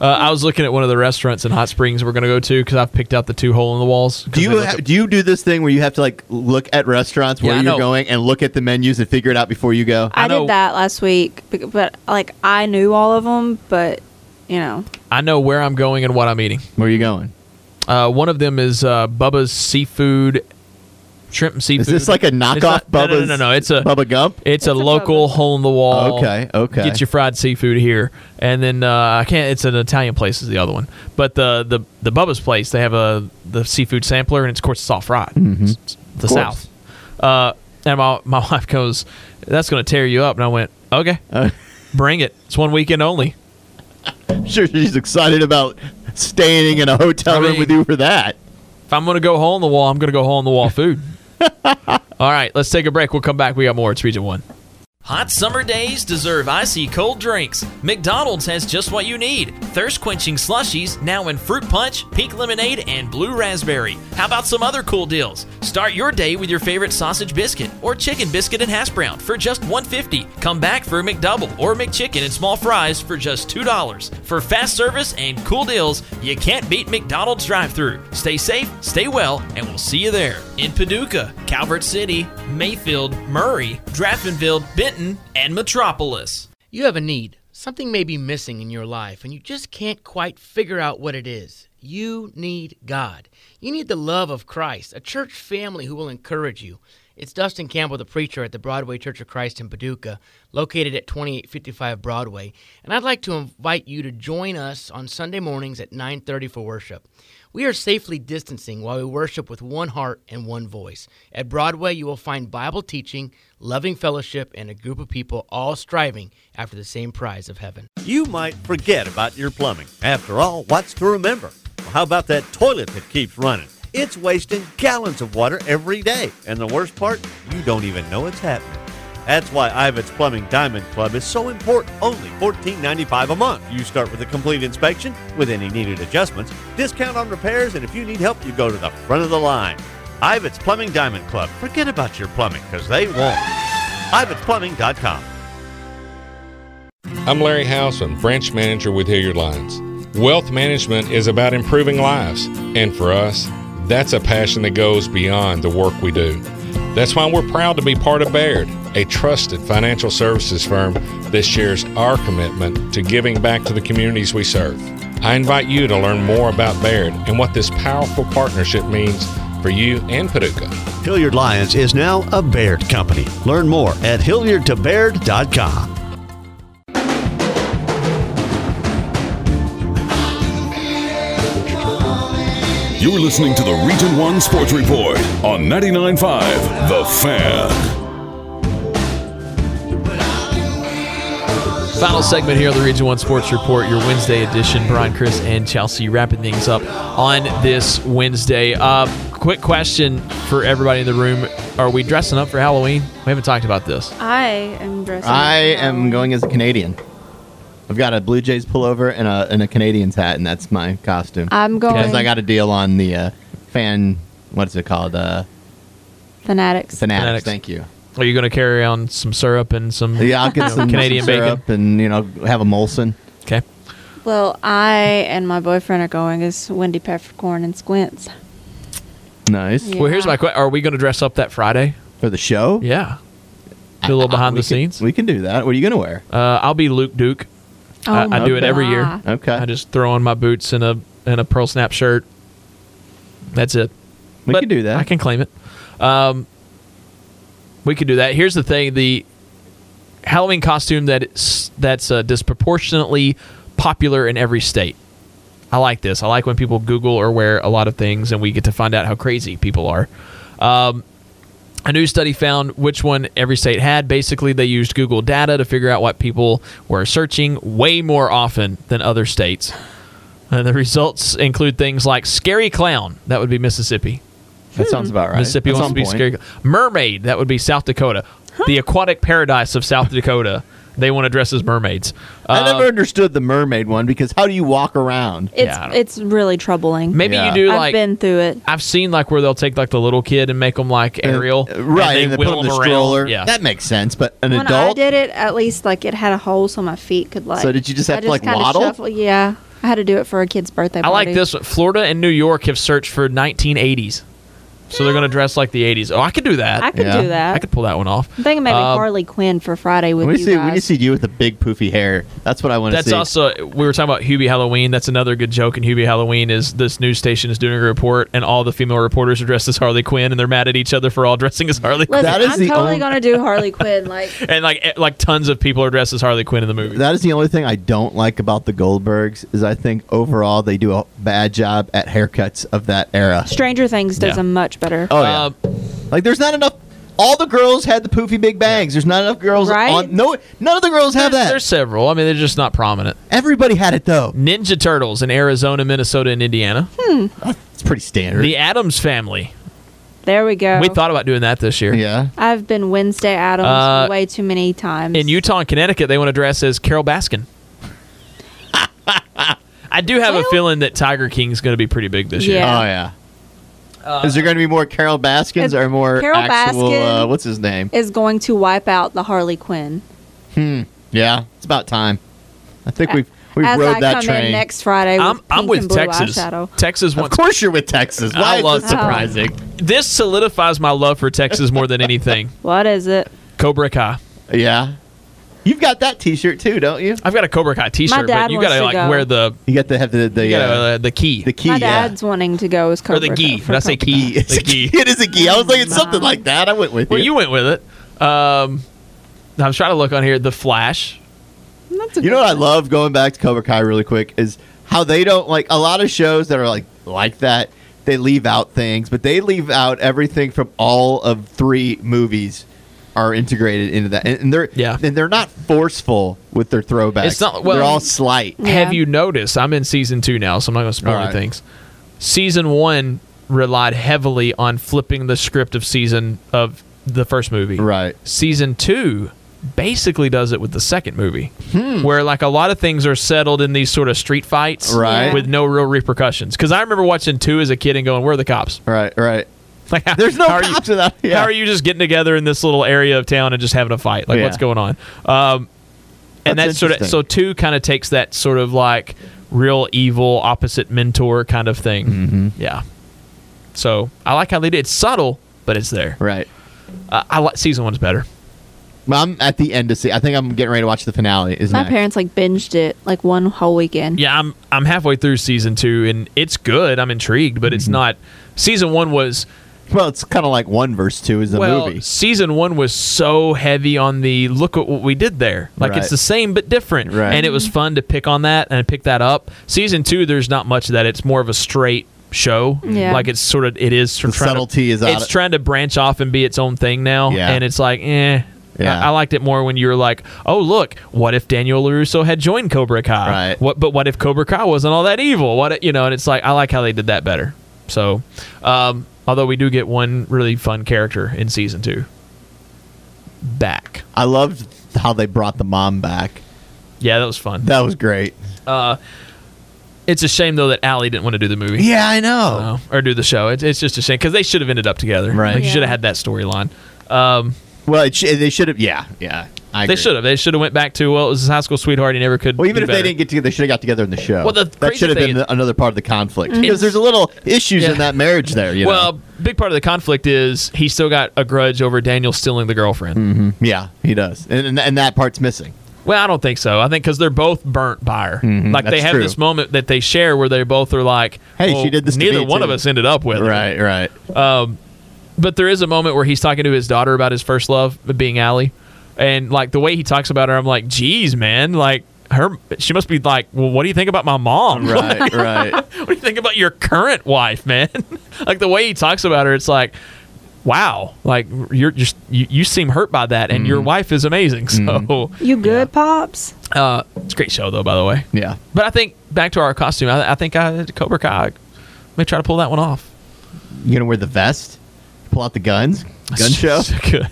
B: Uh, I was looking at one of the restaurants in Hot Springs we're going to go to because I've picked out the two hole in the walls. 'cause
C: Do
B: they
C: you
B: look
C: ha-
B: up-
C: do you do this thing where you have to like look at restaurants where
B: Yeah, I
C: you're
B: know.
C: going and look at the menus and figure it out before you go?
B: I
D: I,
B: know-
D: did that last week, bec- but like I knew all of them, but you know,
B: I know where I'm going and what I'm eating.
C: Where are you going?
B: Uh, one of them is uh, Bubba's seafood, shrimp and seafood.
C: Is this like a
B: It's
C: knockoff
B: not- no,
C: Bubba?
B: No, no, no, no, It's a
C: Bubba Gump.
B: It's, a,
D: It's a
B: local hole in the wall.
C: Okay, okay.
B: Get your fried seafood here, and then uh, I can't. It's an Italian place is the other one, but the the the Bubba's place they have a the seafood sampler, and it's of course it's all fried. It's- it's the
C: Mm-hmm. course.
B: South. Uh, and my my wife goes, "That's going to tear you up," and I went, "Okay,
C: Uh,
B: bring it. It's one weekend only."
C: I'm sure she's excited about staying in a hotel
B: I
C: room
B: mean-
C: with you for that.
B: If I'm going to go hole in the wall, I'm going to go hole in the wall food. All right, let's take a break. We'll come back. We got more. It's Region 1. Hot summer days deserve icy cold drinks. McDonald's has just what you need. Thirst quenching slushies now in fruit punch, pink lemonade, and blue raspberry. How about some other cool deals? Start your day with your favorite sausage biscuit or chicken biscuit and hash brown for just $1.50. Come back for a McDouble or McChicken and small fries for just $2. For fast service and cool deals, you can't beat McDonald's drive thru. Stay safe, stay well, and we'll see you there. In Paducah, Calvert City, Mayfield, Murray, Draftmanville, Benton, and Metropolis.
G: You have a need. Something may be missing in your life, and you just can't quite figure out what it is. You need God. You need the love of Christ, a church family who will encourage you. It's Dustin Campbell, the preacher at the Broadway Church of Christ in Paducah, located at 2855 Broadway, and I'd like to invite you to join us on Sunday mornings at 9:30 for worship. We are safely distancing while we worship with one heart and one voice. At Broadway, you will find Bible teaching, loving fellowship, and a group of people all striving after the same prize of heaven.
H: You might forget about your plumbing. After all, what's to remember? Well, how about that toilet that keeps running? It's wasting gallons of water every day. And the worst part, you don't even know it's happening. That's why Ivet's Plumbing Diamond Club is so important. Only $14.95 a month. You start with a complete inspection with any needed adjustments, discount on repairs, and if you need help, you go to the front of the line. Ivet's Plumbing Diamond Club. Forget about your plumbing, because they won't. Ivet'sPlumbing.com.
G: I'm Larry House, and branch manager with Hilliard Lines.
I: Wealth management is about improving lives, and for us, that's a passion that goes beyond the work we do. That's why we're proud to be part of Baird, a trusted financial services firm that shares our commitment to giving back to the communities we serve. I invite you to learn more about Baird and what this powerful partnership means for you and Paducah.
H: Hilliard Lions is now a Baird company. Learn more at HilliardToBaird.com.
A: You're listening to the Region 1 Sports Report on 99.5 The Fan.
B: Final segment here on the Region 1 Sports Report, your Wednesday edition. Brian, Chris, and Chelsea wrapping things up on this Wednesday. Uh, quick question for everybody in the room Are we dressing up for Halloween? We haven't talked about this.
D: I am dressing.
C: I
D: um,
C: am going as a Canadian. I've got a Blue Jays pullover and a, and a Canadians hat, and that's my costume.
D: I'm going-
C: Because I got a deal on the uh, fan, what's it called? Uh,
D: Fanatics.
C: Fanatics. Thank you.
B: Are you going to carry on some syrup and some
C: Yeah, I'll
B: you
C: get
B: know,
C: some
B: Canadian
C: Canadian some syrup
B: bacon?
C: and you know have a Molson.
B: Okay.
D: Well, I and my boyfriend are going as Wendy Peppercorn and Squints.
C: Nice.
B: Well, here's my question Are we going to dress up that Friday?
C: For the show?
B: Yeah. Do a little behind the scenes?
C: Uh, We can do that. What are you going to wear?
B: Uh, I'll be Luke Duke.
D: Oh
B: I, I
D: my
B: do it every year.
D: God.
C: Okay.
B: I just throw on my boots and a and a pearl snap shirt. That's it.
C: We can do that.
B: I can claim it. Um, we could do that. Here's the thing: the Halloween costume that is, that's uh, disproportionately popular in every state. I like this. I like when people Google or wear a lot of things, and we get to find out how crazy people are. Um, a new study found which one every state had. Basically, they used Google data to figure out what people were searching way more often than other states. And the results include things like scary clown. That would be Mississippi.
C: That sounds about right.
B: Mississippi
C: That's
B: wants to
C: on
B: be
C: point.
B: scary. Mermaid. That would be South Dakota. The aquatic paradise of South Dakota. They want to dress as mermaids. Uh,
C: I never understood the mermaid one because how do you walk around?
D: It's it's really troubling.
B: Maybe you do
D: I've
B: like-
D: been through it.
B: I've seen like where they'll take like the little kid and make them like Ariel,
C: right,
B: And
C: and
B: they
C: they put
B: wheel
C: them in
B: them
C: the
B: around.
C: stroller.
B: Yeah,
C: That makes sense, but an
D: when
C: adult.
D: I did it, at least like it had a hole so my feet could like.
C: So did you just have
D: I
C: to, like,
D: kinda
C: waddle?
D: shuffle- Yeah, I had to do it for a kid's birthday.
B: I like
D: party.
B: this one. Florida and New York have searched for 1980s. So they're going to dress like the 80s. Oh, I could do that.
D: I could Yeah. do that.
B: I could pull that one off.
D: I'm thinking maybe
B: Um,
D: Harley Quinn for Friday with
C: When you
D: you
C: see
D: guys.
C: when you see you with the big poofy hair, that's what I want to see.
B: That's also we were talking about Hubie Halloween. That's another good joke in Hubie Halloween is this news station is doing a report and all the female reporters are dressed as Harley Quinn and they're mad at each other for all dressing as Harley.
D: Listen,
B: Quinn.
D: I'm totally gonna do Harley Quinn. Like
B: and like eh, like tons of people are dressed as Harley Quinn in the movie.
C: That is the only thing I don't like about the Goldbergs is I think overall they do a bad job at haircuts of that era.
D: Stranger Things does
C: Yeah.
D: a much better.
B: Uh,
C: Oh yeah.
B: Um,
C: like there's not enough. All the girls had the poofy big bangs. There's not enough girls
D: Right?
C: on. No, none of the girls have that.
B: There's several. I mean, they're just not prominent.
C: Everybody had it though.
B: Ninja Turtles in Arizona, Minnesota, and Indiana.
C: Hmm. It's pretty standard.
B: The Adams Family.
D: There we go.
B: We thought about doing that this year.
C: Yeah.
D: I've been Wednesday Adams
B: Uh,
D: way too many times.
B: In Utah and Connecticut, they want to dress as Carol Baskin. I do have a feeling that Tiger King's going to be pretty big this year.
D: Yeah.
C: Oh yeah.
B: Uh,
C: is there going to be more Carol Baskins or more
D: Carol
C: actual?
D: Baskin
C: uh, what's his name?
D: is going to wipe out the Harley Quinn.
C: Hmm. Yeah, it's about time. I think we've we've
D: As
C: rode
D: I
C: that
D: come
C: train.
D: in next Friday, with
B: I'm, I'm
D: pink
B: with
D: and blue
B: Texas.
D: Eyeshadow.
B: Texas wants.
C: Of course, you're with Texas. Why
B: I
C: is
B: love
C: this surprising?
B: This solidifies my love for Texas more than anything.
D: What is it?
B: Cobra Kai.
C: Yeah. You've got that T-shirt too, don't you?
B: I've got a Cobra Kai T-shirt,
D: dad
B: but you
D: wants
B: gotta
D: to
B: like
D: go.
B: wear the
C: you got to have the the
B: gotta, uh, the key
C: the key
D: My dad's wanting to go as
B: or
D: Cobra
B: the
D: Kai-
B: gi.
D: for
B: Did I say
D: Cobra
B: key? The gi.
C: It is a key. I was like, it's something like that. I went with
B: Well,
C: you.
B: you went with it. Um, I was trying to look on here. The Flash.
C: You know what I love going back to Cobra Kai really quick is how they don't like a lot of shows that are like like that. They leave out things, but they leave out everything from all of three movies are integrated into that, and, and they're yeah, and they're not forceful with their throwbacks.
B: It's not- well-
C: they're all slight.
B: Have you noticed? I'm in season two now, so I'm not going to spoil
C: All right.
B: any things. Season one relied heavily on flipping the script of season of the first movie.
C: Right.
B: Season two basically does it with the second movie, where like a lot of things are settled in these sort of street fights,
C: Right.
B: with no real repercussions. Because I remember watching two as a kid and going, "Where are the cops?"
C: Right, right.
B: Like,
C: There's no
B: how are you-
C: cops in that. Yeah.
B: How are you just getting together in this little area of town and just having a fight? Like,
C: Yeah.
B: what's going on? Um, and
C: That's
B: that's, sort of
C: interesting.
B: so two kind of takes that sort of like real evil opposite mentor kind of thing.
C: Mm-hmm.
B: Yeah. So I like how they did. It's subtle, but it's there.
C: Right.
B: Uh, I like season one's better.
C: Well, I'm at the end to see. I think I'm getting ready to watch the finale. Is
D: My
C: next.
D: parents like binged it like one whole weekend.
B: Yeah, I'm I'm halfway through season two and it's good. I'm intrigued, but
C: Mm-hmm.
B: it's not. Season one was
C: well. It's kind of like one verse two is the
B: well,
C: movie.
B: Season one was so heavy on the look at what we did there. Like
C: Right.
B: it's the same but different.
C: Right.
B: And it was fun to pick on that and pick that up. Season two, there's not much of that. It's more of a straight show.
C: Yeah.
B: Like it's sort of it is
C: The
B: trying
C: subtlety
B: to,
C: is out
B: it's
C: of-
B: trying to branch off and be its own thing now.
C: Yeah.
B: And it's like, eh.
C: Yeah.
B: I, I liked it more when you were like, "Oh, look! What if Daniel Larusso had joined Cobra Kai? Right. What? But what if Cobra Kai wasn't all that evil? What? You know?" And it's like, I like how they did that better. So, um, although we do get one really fun character in season two, back.
C: I loved how they brought the mom back.
B: Yeah, that was fun.
C: That was great.
B: Uh, it's a shame though that Allie didn't want to do the movie.
C: Yeah, I know.
B: So, or do the show. It's, it's just a shame because they should have ended up together.
C: Right.
B: Like, You
C: Yeah.
B: should have had that storyline. Um,
C: well, it sh- they should have. Yeah, yeah. I
B: they
C: agree.
B: should have. They should have went back to well, it was his high school sweetheart. He never could.
C: Well, even
B: do
C: if
B: better.
C: they didn't get together, they should have got together in the show.
B: Well, the
C: that
B: crazy
C: should have been
B: thing-
C: the- another part of the conflict
B: Mhm.
D: Mm-hmm.
C: because there's a little issues
B: Yeah.
C: in that marriage there. You
B: well,
C: know?
B: big part of the conflict is he still got a grudge over Daniel stealing the girlfriend.
C: Mhm. yeah, he does, and, and and that part's missing.
B: Well, I don't think so. I think because they're both burnt by her.
C: Mhm,
B: like they
C: that's
B: have
C: true.
B: this moment that they share where they both are like,
C: Hey,
B: well,
C: she did this to
B: Neither
C: me,
B: one of
C: too."
B: us ended up with her.
C: Right, right.
B: Um, but there is a moment where he's talking to his daughter about his first love being Allie, and like the way he talks about her, I'm like, geez, man, like her, she must be like, well, what do you think about my mom?
C: Right, right.
B: what do you think about your current wife, man? like the way he talks about her, it's like, wow, like you're just you, you seem hurt by that, and your wife is amazing. So.
D: You good, pops?
B: Uh, it's a great show though, by the way.
C: Yeah.
B: But I think back to our costume. I, I think I Cobra Kai may try to pull that one off.
C: You gonna wear the vest? Pull out the guns? Gun show?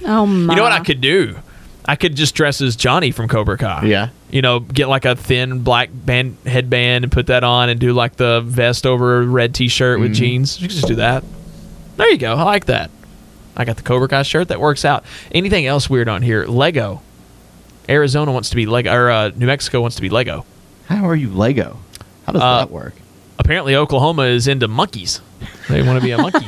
D: Oh my!
B: You know what I could do? I could just dress as Johnny from Cobra Kai.
C: Yeah.
B: You know, get like a thin black band headband and put that on, and do like the vest over a red T-shirt with
C: Mhm.
B: jeans. You could just do that. There you go. I like that. I got the Cobra Kai shirt that works out. Anything else weird on here? Lego. Arizona wants to be Lego, or uh, New Mexico wants to be Lego.
C: How are you Lego? How does
B: Uh,
C: that work?
B: Apparently, Oklahoma is into monkeys. They want to be a monkey.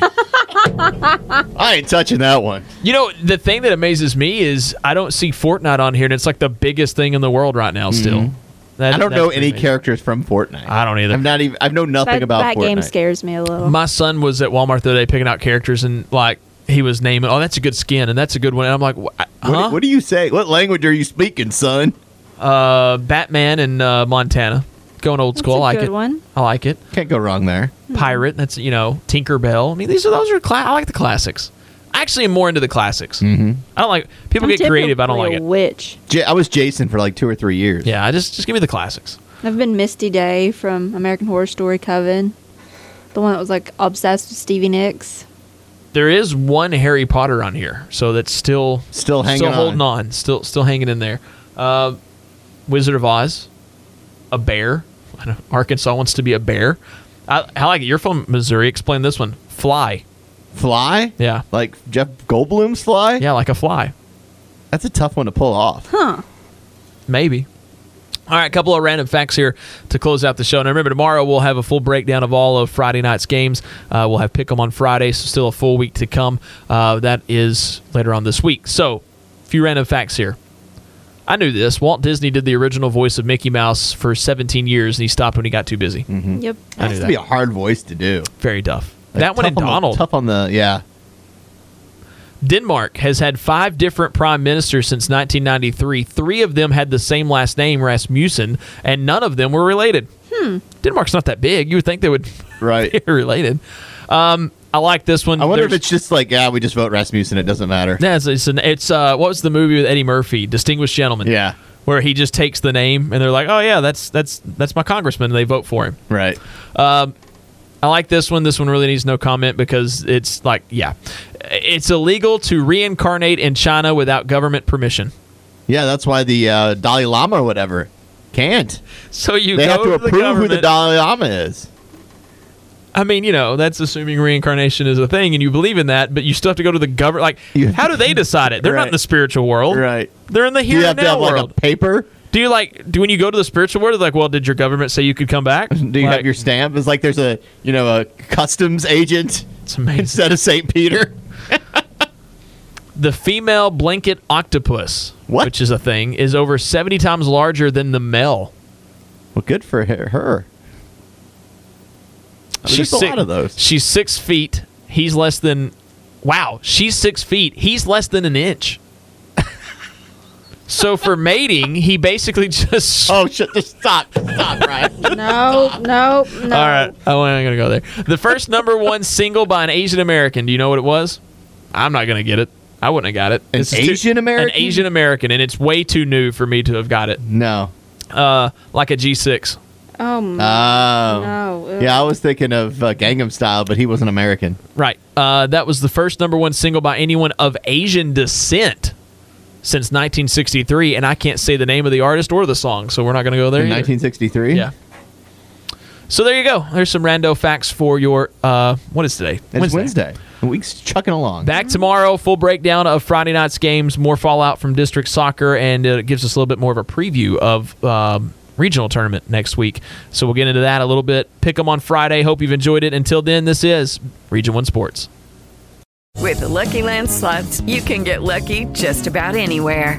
C: I ain't touching that one.
B: You know, the thing that amazes me is I don't see Fortnite on here, and it's like the biggest thing in the world right now. Still,
C: Mhm.
B: That-
C: I don't
B: that's
C: know
B: pretty
C: any
B: amazing.
C: characters from Fortnite.
B: I don't either.
C: I've not even. I've known nothing
D: that,
C: about
D: that
C: Fortnite.
D: game scares me a little.
B: My son was at Walmart the other day picking out characters, and like he was naming, "Oh, that's a good skin, and that's a good one." And I'm like, "Wha- uh,
C: What,
B: "Huh?"
C: what do you say? What language are you speaking, son?
B: Uh, Batman and uh, Montana, going old school.
D: a
B: I like
D: good
B: it.
D: one. Hmm.
B: I like it.
C: Can't go wrong there.
B: Pirate. That's you know Tinkerbell. I mean, these are those are cla- I like the classics. I actually am more into the classics. Mm-hmm. I don't like people
D: I'm
B: get creative. I don't
D: typically
B: like
D: a
B: it.
D: Witch.
C: J- I was Jason for like two or three years.
B: Yeah, I just just give me the classics.
D: I've been Misty Day from American Horror Story Coven, the one that was like obsessed with Stevie Nicks.
B: There is one Harry Potter on here, so that's still
C: Still hanging
B: still
C: on.
B: holding on, still still hanging in there. Uh, Wizard of Oz, a bear. I don't- Arkansas wants to be a bear. I, I like it. You're from Missouri. Explain this one. Fly.
C: Fly?
B: Yeah.
C: Like Jeff Goldblum's Fly?
B: Yeah, like a fly.
C: That's a tough one to pull off.
D: Huh.
B: Maybe. All right, a couple of random facts here to close out the show. Now, remember, tomorrow we'll have a full breakdown of all of Friday night's games. Uh, we'll have Pick'em on Friday, so still a full week to come. Uh, that is later on this week. So, a few random facts here. I knew this. Walt Disney did the original voice of Mickey Mouse for 17 years, and he stopped when he got too busy. Mm-hmm.
D: Yep.
B: I
C: Has
B: knew
C: to be a
B: that.
C: hard voice to do.
B: Very tough.
C: Like,
B: that one
C: tough
B: and
C: on the-
B: Donald.
C: tough on the yeah.
B: Denmark has had five different prime ministers since 1993. Three of them had the same last name, Rasmussen, and none of them were related. Hmm. Denmark's not that big. You would think they would
C: Right.
B: be related. Um, I like this one.
C: I wonder if
B: There's-
C: it's just like yeah, we just vote Rasmussen. It doesn't matter.
B: yeah, it's, it's, an, it's uh, what was the movie with Eddie Murphy, Distinguished Gentleman?
C: Yeah.
B: where he just takes the name and they're like, oh yeah, that's that's that's my congressman. And they vote for him.
C: Right.
B: Um, I like this one. This one really needs no comment because it's like, yeah, it's illegal to reincarnate in China without government permission.
C: Yeah, that's why the uh, Dalai Lama or whatever can't.
B: So you
C: they
B: go
C: have
B: to
C: to
B: the
C: approve who the
B: government-
C: Dalai Lama is.
B: I mean, you know, that's assuming reincarnation is a thing and you believe in that, but you still have to go to the government. Like, how do they decide it? They're not in
C: Right.
B: the spiritual world.
C: Right.
B: They're in the
C: Do you
B: here
C: have
B: and
C: to have
B: now
C: like
B: world.
C: a paper
B: Do you like do when you go to the spiritual world? Like, well, did your government say you could come back?
C: Do you have your stamp? It's like there's a you know a customs agent instead of Saint Peter.
B: the female blanket octopus, which is a thing, is over seventy times larger than the male.
C: Well, good for her. There's a lot of those.
B: She's six feet. He's less than. Wow, she's six feet. He's less than an inch. so for mating, he basically just.
C: Oh shit! Just stop. Stop. Right.
D: No, no, no.
B: All right, I wasn't gonna go there. The first number one single by an Asian American. Do you know what it was? I'm not gonna get it. I wouldn't have got it.
C: An
B: This is too-
C: Asian American?
B: An Asian American, and it's way too new for me to have got it.
C: No.
B: Uh, like a G6.
D: Oh,
B: Uh,
C: Oh.
D: No, ew.
C: Yeah, I was thinking of uh, Gangnam Style, but he wasn't American.
B: Right. Uh, that was the first number one single by anyone of Asian descent since 1963, and I can't say the name of the artist or the song, so we're not going to go there.
C: In
B: either.
C: 1963.
B: Yeah. So there you go. There's some rando facts for your uh, what is today?
C: It's Wednesday. The week's chucking along.
B: Back tomorrow, full breakdown of Friday night's games, more fallout from district soccer, and uh, it gives us a little bit more of a preview of um, regional tournament next week. So we'll get into that a little bit. Pick 'em on Friday. Hope you've enjoyed it. Until then, this is Region One Sports.
J: With the Lucky Land slots, you can get lucky just about anywhere.